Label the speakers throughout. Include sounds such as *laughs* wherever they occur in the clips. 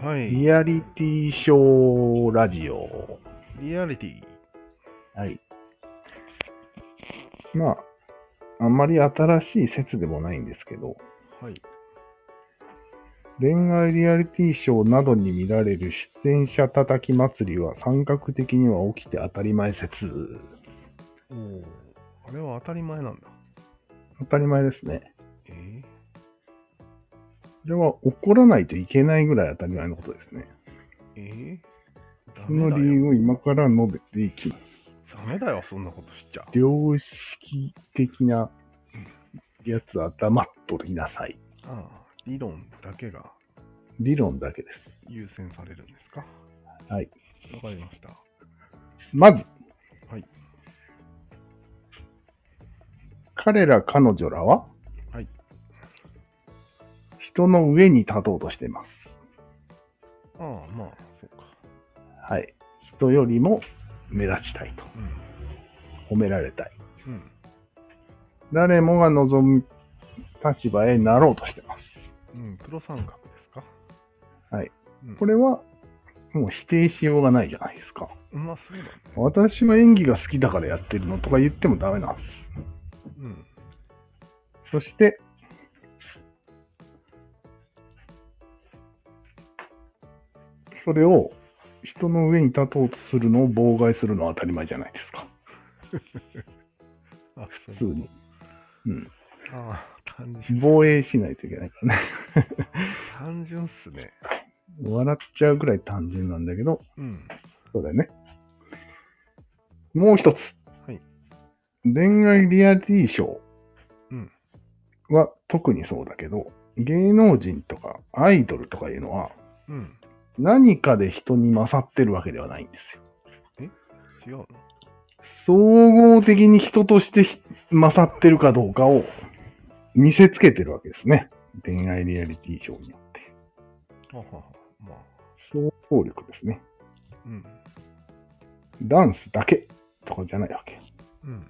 Speaker 1: はい。
Speaker 2: リアリティショーラジオ。
Speaker 1: リアリティ。
Speaker 2: はい。まあ、あんまり新しい説でもないんですけど、
Speaker 1: はい。
Speaker 2: 恋愛リアリティショーなどに見られる出演者叩き祭りは三角的には起きて当たり前説。
Speaker 1: おお。あれは当たり前なんだ。
Speaker 2: 当たり前ですね。
Speaker 1: え
Speaker 2: これは怒らないといけないぐらい当たり前のことですね。
Speaker 1: ー、えー、ダ
Speaker 2: そ
Speaker 1: メ
Speaker 2: の
Speaker 1: だ
Speaker 2: 理由
Speaker 1: よ。
Speaker 2: を今から述べていきます。
Speaker 1: ダメだよ、そんなことしちゃ。
Speaker 2: 良識的なやつは黙っとりなさい。
Speaker 1: ああ、理論だけが
Speaker 2: 理論だけで
Speaker 1: 優先されるんですか
Speaker 2: す。はい。
Speaker 1: わかりました。
Speaker 2: まず、
Speaker 1: はい。
Speaker 2: 彼ら彼女らは、
Speaker 1: はい。
Speaker 2: 人の上に立とうとしています。
Speaker 1: ああ、まあ、そうか。
Speaker 2: はい。人よりも目立ちたいと。
Speaker 1: うん。
Speaker 2: 褒められたい。
Speaker 1: うん。
Speaker 2: 誰もが望む立場へなろうとしてます。
Speaker 1: うん、黒三角ですか
Speaker 2: はい。
Speaker 1: うん、
Speaker 2: これは、もう否定しようがないじゃないですか。
Speaker 1: まあ、そうだね。
Speaker 2: 私は演技が好きだからやってるのとか言ってもダメなんです。
Speaker 1: うん。
Speaker 2: そして、それを人の上に立とうとするのを妨害するのは当たり前じゃないですか。
Speaker 1: あ、そう
Speaker 2: 普通に。うん。
Speaker 1: ああ、単純、
Speaker 2: 防衛しないといけないからね。
Speaker 1: 単純っすね。
Speaker 2: 笑っちゃうくらい単純なんだけど、
Speaker 1: うん。
Speaker 2: そうだよね。もう一つ。
Speaker 1: はい
Speaker 2: 恋愛リアリティショ
Speaker 1: うん
Speaker 2: ーは特にそうだけど、芸能人とかアイドルとかいうのは、
Speaker 1: うん。
Speaker 2: 何かで人に勝ってるわけではないんですよ。
Speaker 1: 違うの
Speaker 2: 総合的に人としてひ勝ってるかどうかを見せつけてるわけですね。恋愛リアリティショーによって。
Speaker 1: はははまあ、
Speaker 2: 総合力ですね。
Speaker 1: うん。
Speaker 2: ダンスだけとかじゃないわけ。
Speaker 1: うん。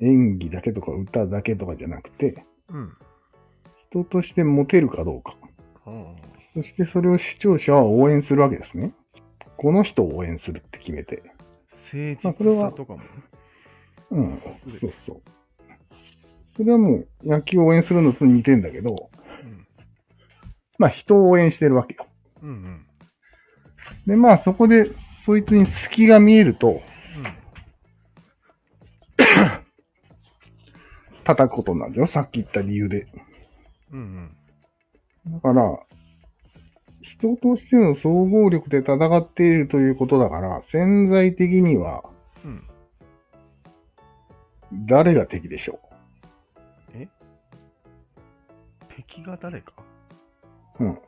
Speaker 2: 演技だけとか歌だけとかじゃなくて、
Speaker 1: うん。
Speaker 2: 人としてモテるかどうか。
Speaker 1: ああ。
Speaker 2: そしてそれを視聴者は応援するわけですね。この人を応援するって決めて。
Speaker 1: 誠
Speaker 2: まあ
Speaker 1: 実
Speaker 2: これは
Speaker 1: さとかもね。
Speaker 2: うん、そうそう。それはもう野球を応援するのと似てんだけど、
Speaker 1: うん。
Speaker 2: まあ人を応援してるわけよ。
Speaker 1: うんうん。
Speaker 2: で、まあそこでそいつに隙が見えると叩くことになるんだよ。さっき言った理由で。
Speaker 1: うん。うん
Speaker 2: だから、人としての総合力で戦っているということだから、潜在的には
Speaker 1: うん。うん。
Speaker 2: 誰が敵でしょ
Speaker 1: 敵が誰か
Speaker 2: う。うん。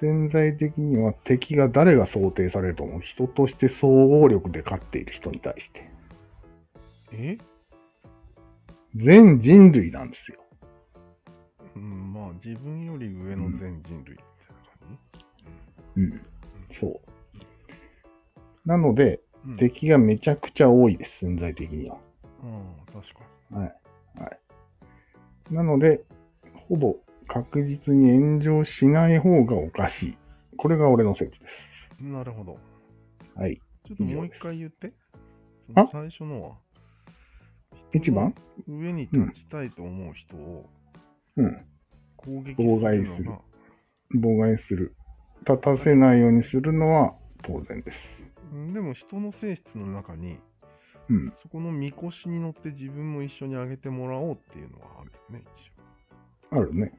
Speaker 2: 潜在的には敵が誰が想定されると思う。人として総合力で勝っている人に対して。
Speaker 1: え
Speaker 2: 全人類なんですよ。
Speaker 1: うん、まあ、自分より上の全人類みたいな感
Speaker 2: うん。そう。なので、
Speaker 1: じ、うん、
Speaker 2: 敵がめちゃくちゃ多いです、潜在的には。
Speaker 1: うん、確か
Speaker 2: なので、ほぼ確実に炎上しない方がおかしい。これが俺の説で
Speaker 1: に。なるほど。
Speaker 2: す。はい。
Speaker 1: ちょっともう一回言って。
Speaker 2: あ
Speaker 1: その最初のは。
Speaker 2: 一番
Speaker 1: 上に立ちたいと思う人を
Speaker 2: うん。
Speaker 1: 攻撃
Speaker 2: 妨害
Speaker 1: するのが、
Speaker 2: 妨害する。立たせないようにするのは当然です。
Speaker 1: うんでも人の性質の中に、
Speaker 2: うん。
Speaker 1: そこのみこしに乗って自分も一緒に上げてもらおうっていうのはあるよね、
Speaker 2: あるね。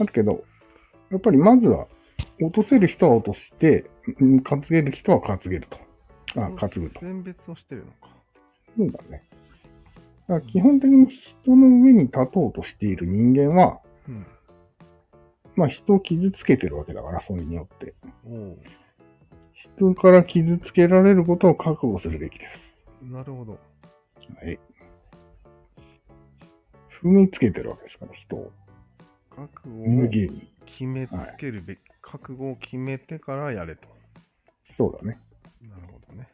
Speaker 1: 一応。
Speaker 2: だけど、やっぱりまずは、落とせる人は落として、うん担げる人は担げると。あ
Speaker 1: うん、、
Speaker 2: 担ぐと。
Speaker 1: 選別をしてるのか。
Speaker 2: そうだね。だから基本的に人の上に立とうとしている人間は、
Speaker 1: うん。
Speaker 2: まあ人を傷つけてるわけだから、それによって。
Speaker 1: おう
Speaker 2: 人から傷つけられることを覚悟するべきで
Speaker 1: なるほど。
Speaker 2: す。はい。踏みつけてるわけですから、人を。
Speaker 1: 覚悟
Speaker 2: 無
Speaker 1: を
Speaker 2: 限に。
Speaker 1: 決めつけるべき、覚悟を決めてからやれと。
Speaker 2: そうだね。
Speaker 1: なるほどね。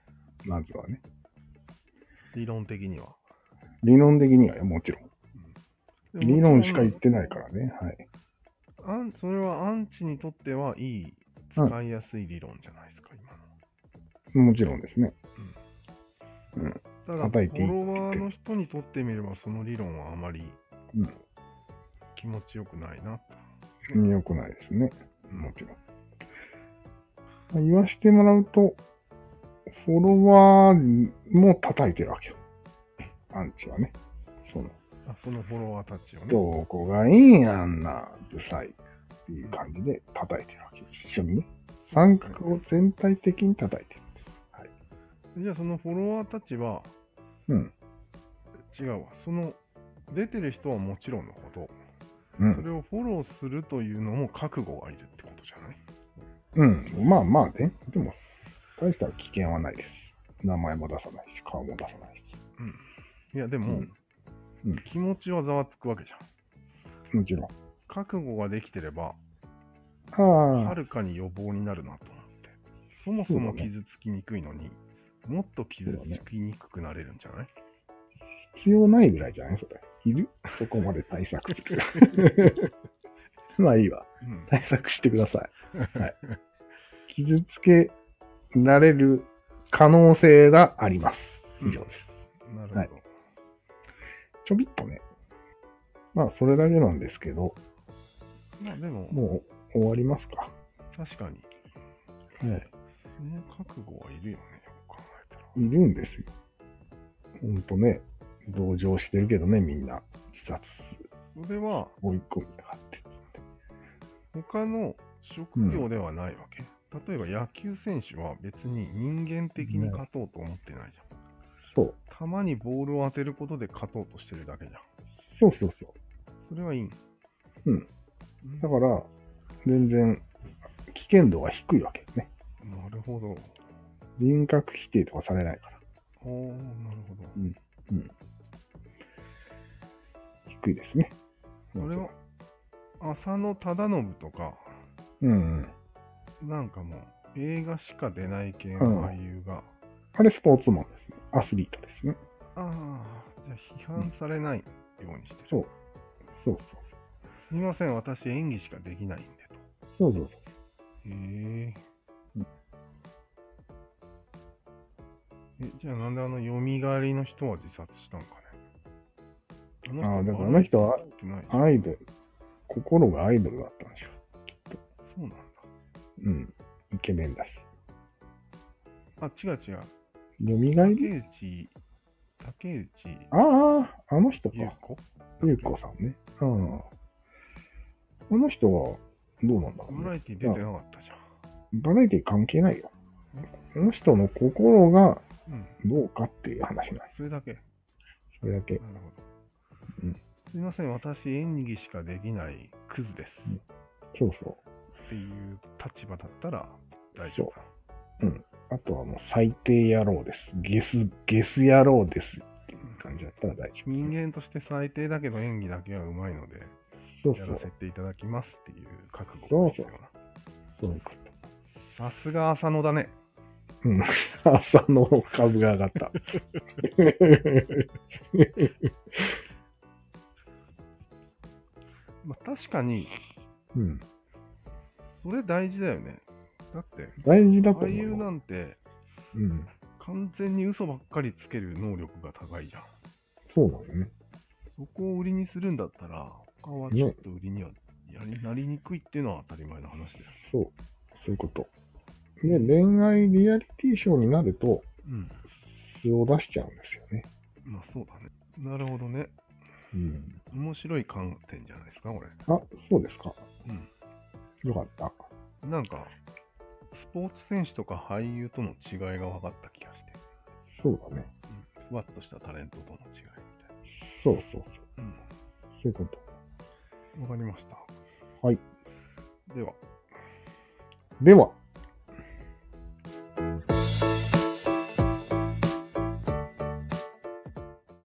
Speaker 2: まずはね。
Speaker 1: 理論的には。
Speaker 2: 理論的にはよもちろん。
Speaker 1: でも
Speaker 2: 理論しか言ってないからね。はい。
Speaker 1: アンそれはアンチにとってはいい、
Speaker 2: うん
Speaker 1: 使いやすい理論じゃないですか、今の。
Speaker 2: もちろんですね。
Speaker 1: ただ、フ
Speaker 2: 叩いていい
Speaker 1: ォロワーの人にとってみれば、その理論はあまり、
Speaker 2: うん
Speaker 1: 気持ちよくないな。
Speaker 2: 良くないですね。もちろん。まあ言わしてもらうと、フォロワーも叩いてるわけよ。アンチはね。その、
Speaker 1: あそのフォロワーたちをね。
Speaker 2: どこがいいんあんな、ブサイっていう感じで叩いてるわけよ。一緒にね。三角を全体的に叩いてる。
Speaker 1: じゃあ、そのフォロワーたちは、
Speaker 2: うん
Speaker 1: 違うわ。その、出てる人はもちろんのこと、
Speaker 2: う
Speaker 1: そ
Speaker 2: ん。
Speaker 1: れをフォローするというのも覚悟がいるってことじゃない
Speaker 2: うん。まあまあね。でも、大した危険はないです。名前も出さないし、顔も出さないし。
Speaker 1: うん。いや、でも、
Speaker 2: うんうん
Speaker 1: 気持ちはざわつくわけじゃん。
Speaker 2: もちろん。
Speaker 1: 覚悟ができてれば、
Speaker 2: あ
Speaker 1: は
Speaker 2: あ、
Speaker 1: るかに予防になるなと思って。そもそも傷つきにくいのに、もっと傷つきにくくなれるんじゃない、
Speaker 2: 必要ないぐらいじゃないそれ。いる *laughs* そこまで対策する。 *laughs* まあいいわ。
Speaker 1: うん
Speaker 2: 対策してください。 *laughs* はい、傷つけられる可能性があります。以上です。
Speaker 1: なるほど。
Speaker 2: はいちょびっとね。まあ、それだけなんですけど、
Speaker 1: まあでも、
Speaker 2: もう終わりますか。
Speaker 1: 確かに、
Speaker 2: はい。
Speaker 1: その覚悟はいるよね、よく考えたら。
Speaker 2: いるんですよ。ほんとね、同情してるけどね、みんな。自殺、
Speaker 1: それは、
Speaker 2: 追い込みやがって。
Speaker 1: 他の職業ではないわけ。例えば野球選手は別に人間的に勝とうと思ってないじゃん。
Speaker 2: そう。
Speaker 1: たまにボールを当てることで勝とうとしてるだけじゃん。
Speaker 2: そうそうそう。
Speaker 1: それはいいん
Speaker 2: うん。
Speaker 1: だ
Speaker 2: だか、
Speaker 1: から
Speaker 2: 全然、危険度が低いわけですね。
Speaker 1: ら、なるほど。
Speaker 2: 人格否定とかされないから。
Speaker 1: おー、なるほど。
Speaker 2: 低いですね。
Speaker 1: それは、浅野忠信とか、
Speaker 2: うんうん。
Speaker 1: なんかもう、映画しか出ない系の俳優が、
Speaker 2: あれスポーツマンですね。アスリートですね。
Speaker 1: ああ、じゃあ批判されないようにしてる。
Speaker 2: そう。そうそう
Speaker 1: すみません、私演技しかできないんでと。
Speaker 2: そう。そうそう
Speaker 1: へ
Speaker 2: そ
Speaker 1: え
Speaker 2: うん。
Speaker 1: え、じゃあなんであの、よみがえりの人は自殺したんかね。あの
Speaker 2: あーだからあの人は
Speaker 1: 悪くない。
Speaker 2: う。アイドル。心がアイドルだったんでしょ
Speaker 1: そうなんだ。
Speaker 2: う。うん。イケメンだし。
Speaker 1: あ、違う違う。
Speaker 2: よみがえり
Speaker 1: 竹内、竹内
Speaker 2: ああ、あの人か。
Speaker 1: 優子
Speaker 2: ゆうこさんね。うん。あの人は、どうなんだろう
Speaker 1: バ
Speaker 2: ね。
Speaker 1: ラエティ出てなかったじ
Speaker 2: バラエティ関係ないよ。あの人の心が
Speaker 1: ゃん。うん。
Speaker 2: どうかっていう話ない。
Speaker 1: それだけ。な
Speaker 2: それだけ
Speaker 1: る。ほど。
Speaker 2: うん
Speaker 1: すいません、私演技しかできないクズです。
Speaker 2: うんそうそ
Speaker 1: っていう立場だったら大丈夫だ。
Speaker 2: う。あとはもう最低野郎です。ゲス、ゲス野郎ですっていう感じだったら大丈夫。
Speaker 1: 人間として最低だけど演技だけはうまいので、
Speaker 2: そうそ
Speaker 1: やら
Speaker 2: う。
Speaker 1: せていただきますっていう覚悟が必要な
Speaker 2: そういうこと。
Speaker 1: さすが浅野だね。
Speaker 2: うん。朝の株が上がった。
Speaker 1: まあ、確かに、
Speaker 2: うん。
Speaker 1: それ大事だよね。だって、
Speaker 2: 大事だと
Speaker 1: 俳
Speaker 2: 思
Speaker 1: 優
Speaker 2: うよ。
Speaker 1: なんて
Speaker 2: うん。
Speaker 1: 完全に嘘ばっかりつける能力が高いじゃん。
Speaker 2: そうなのね。
Speaker 1: そこを売りにするんだったら、他はちょっと売りにはやりなりにくいっていうのは当たり前の話だよ。
Speaker 2: そう。そういうこと。で、恋愛リアリティショーになると、
Speaker 1: うん。
Speaker 2: 素を出しちゃうんですよね。
Speaker 1: まあそうだね。なるほどね。
Speaker 2: うん。
Speaker 1: 面白い観点じゃないですか、これ。
Speaker 2: あ、そうですか。
Speaker 1: うん。
Speaker 2: よかった。
Speaker 1: なんか、スポーツ選手とか俳優との違いが分かった気がして、
Speaker 2: そうだね。
Speaker 1: うん、ふわっとしたタレントとの違いみたい
Speaker 2: そうそうそう。
Speaker 1: な。
Speaker 2: そういうこと。
Speaker 1: うん。わかりました。
Speaker 2: はい。
Speaker 1: では。
Speaker 2: では。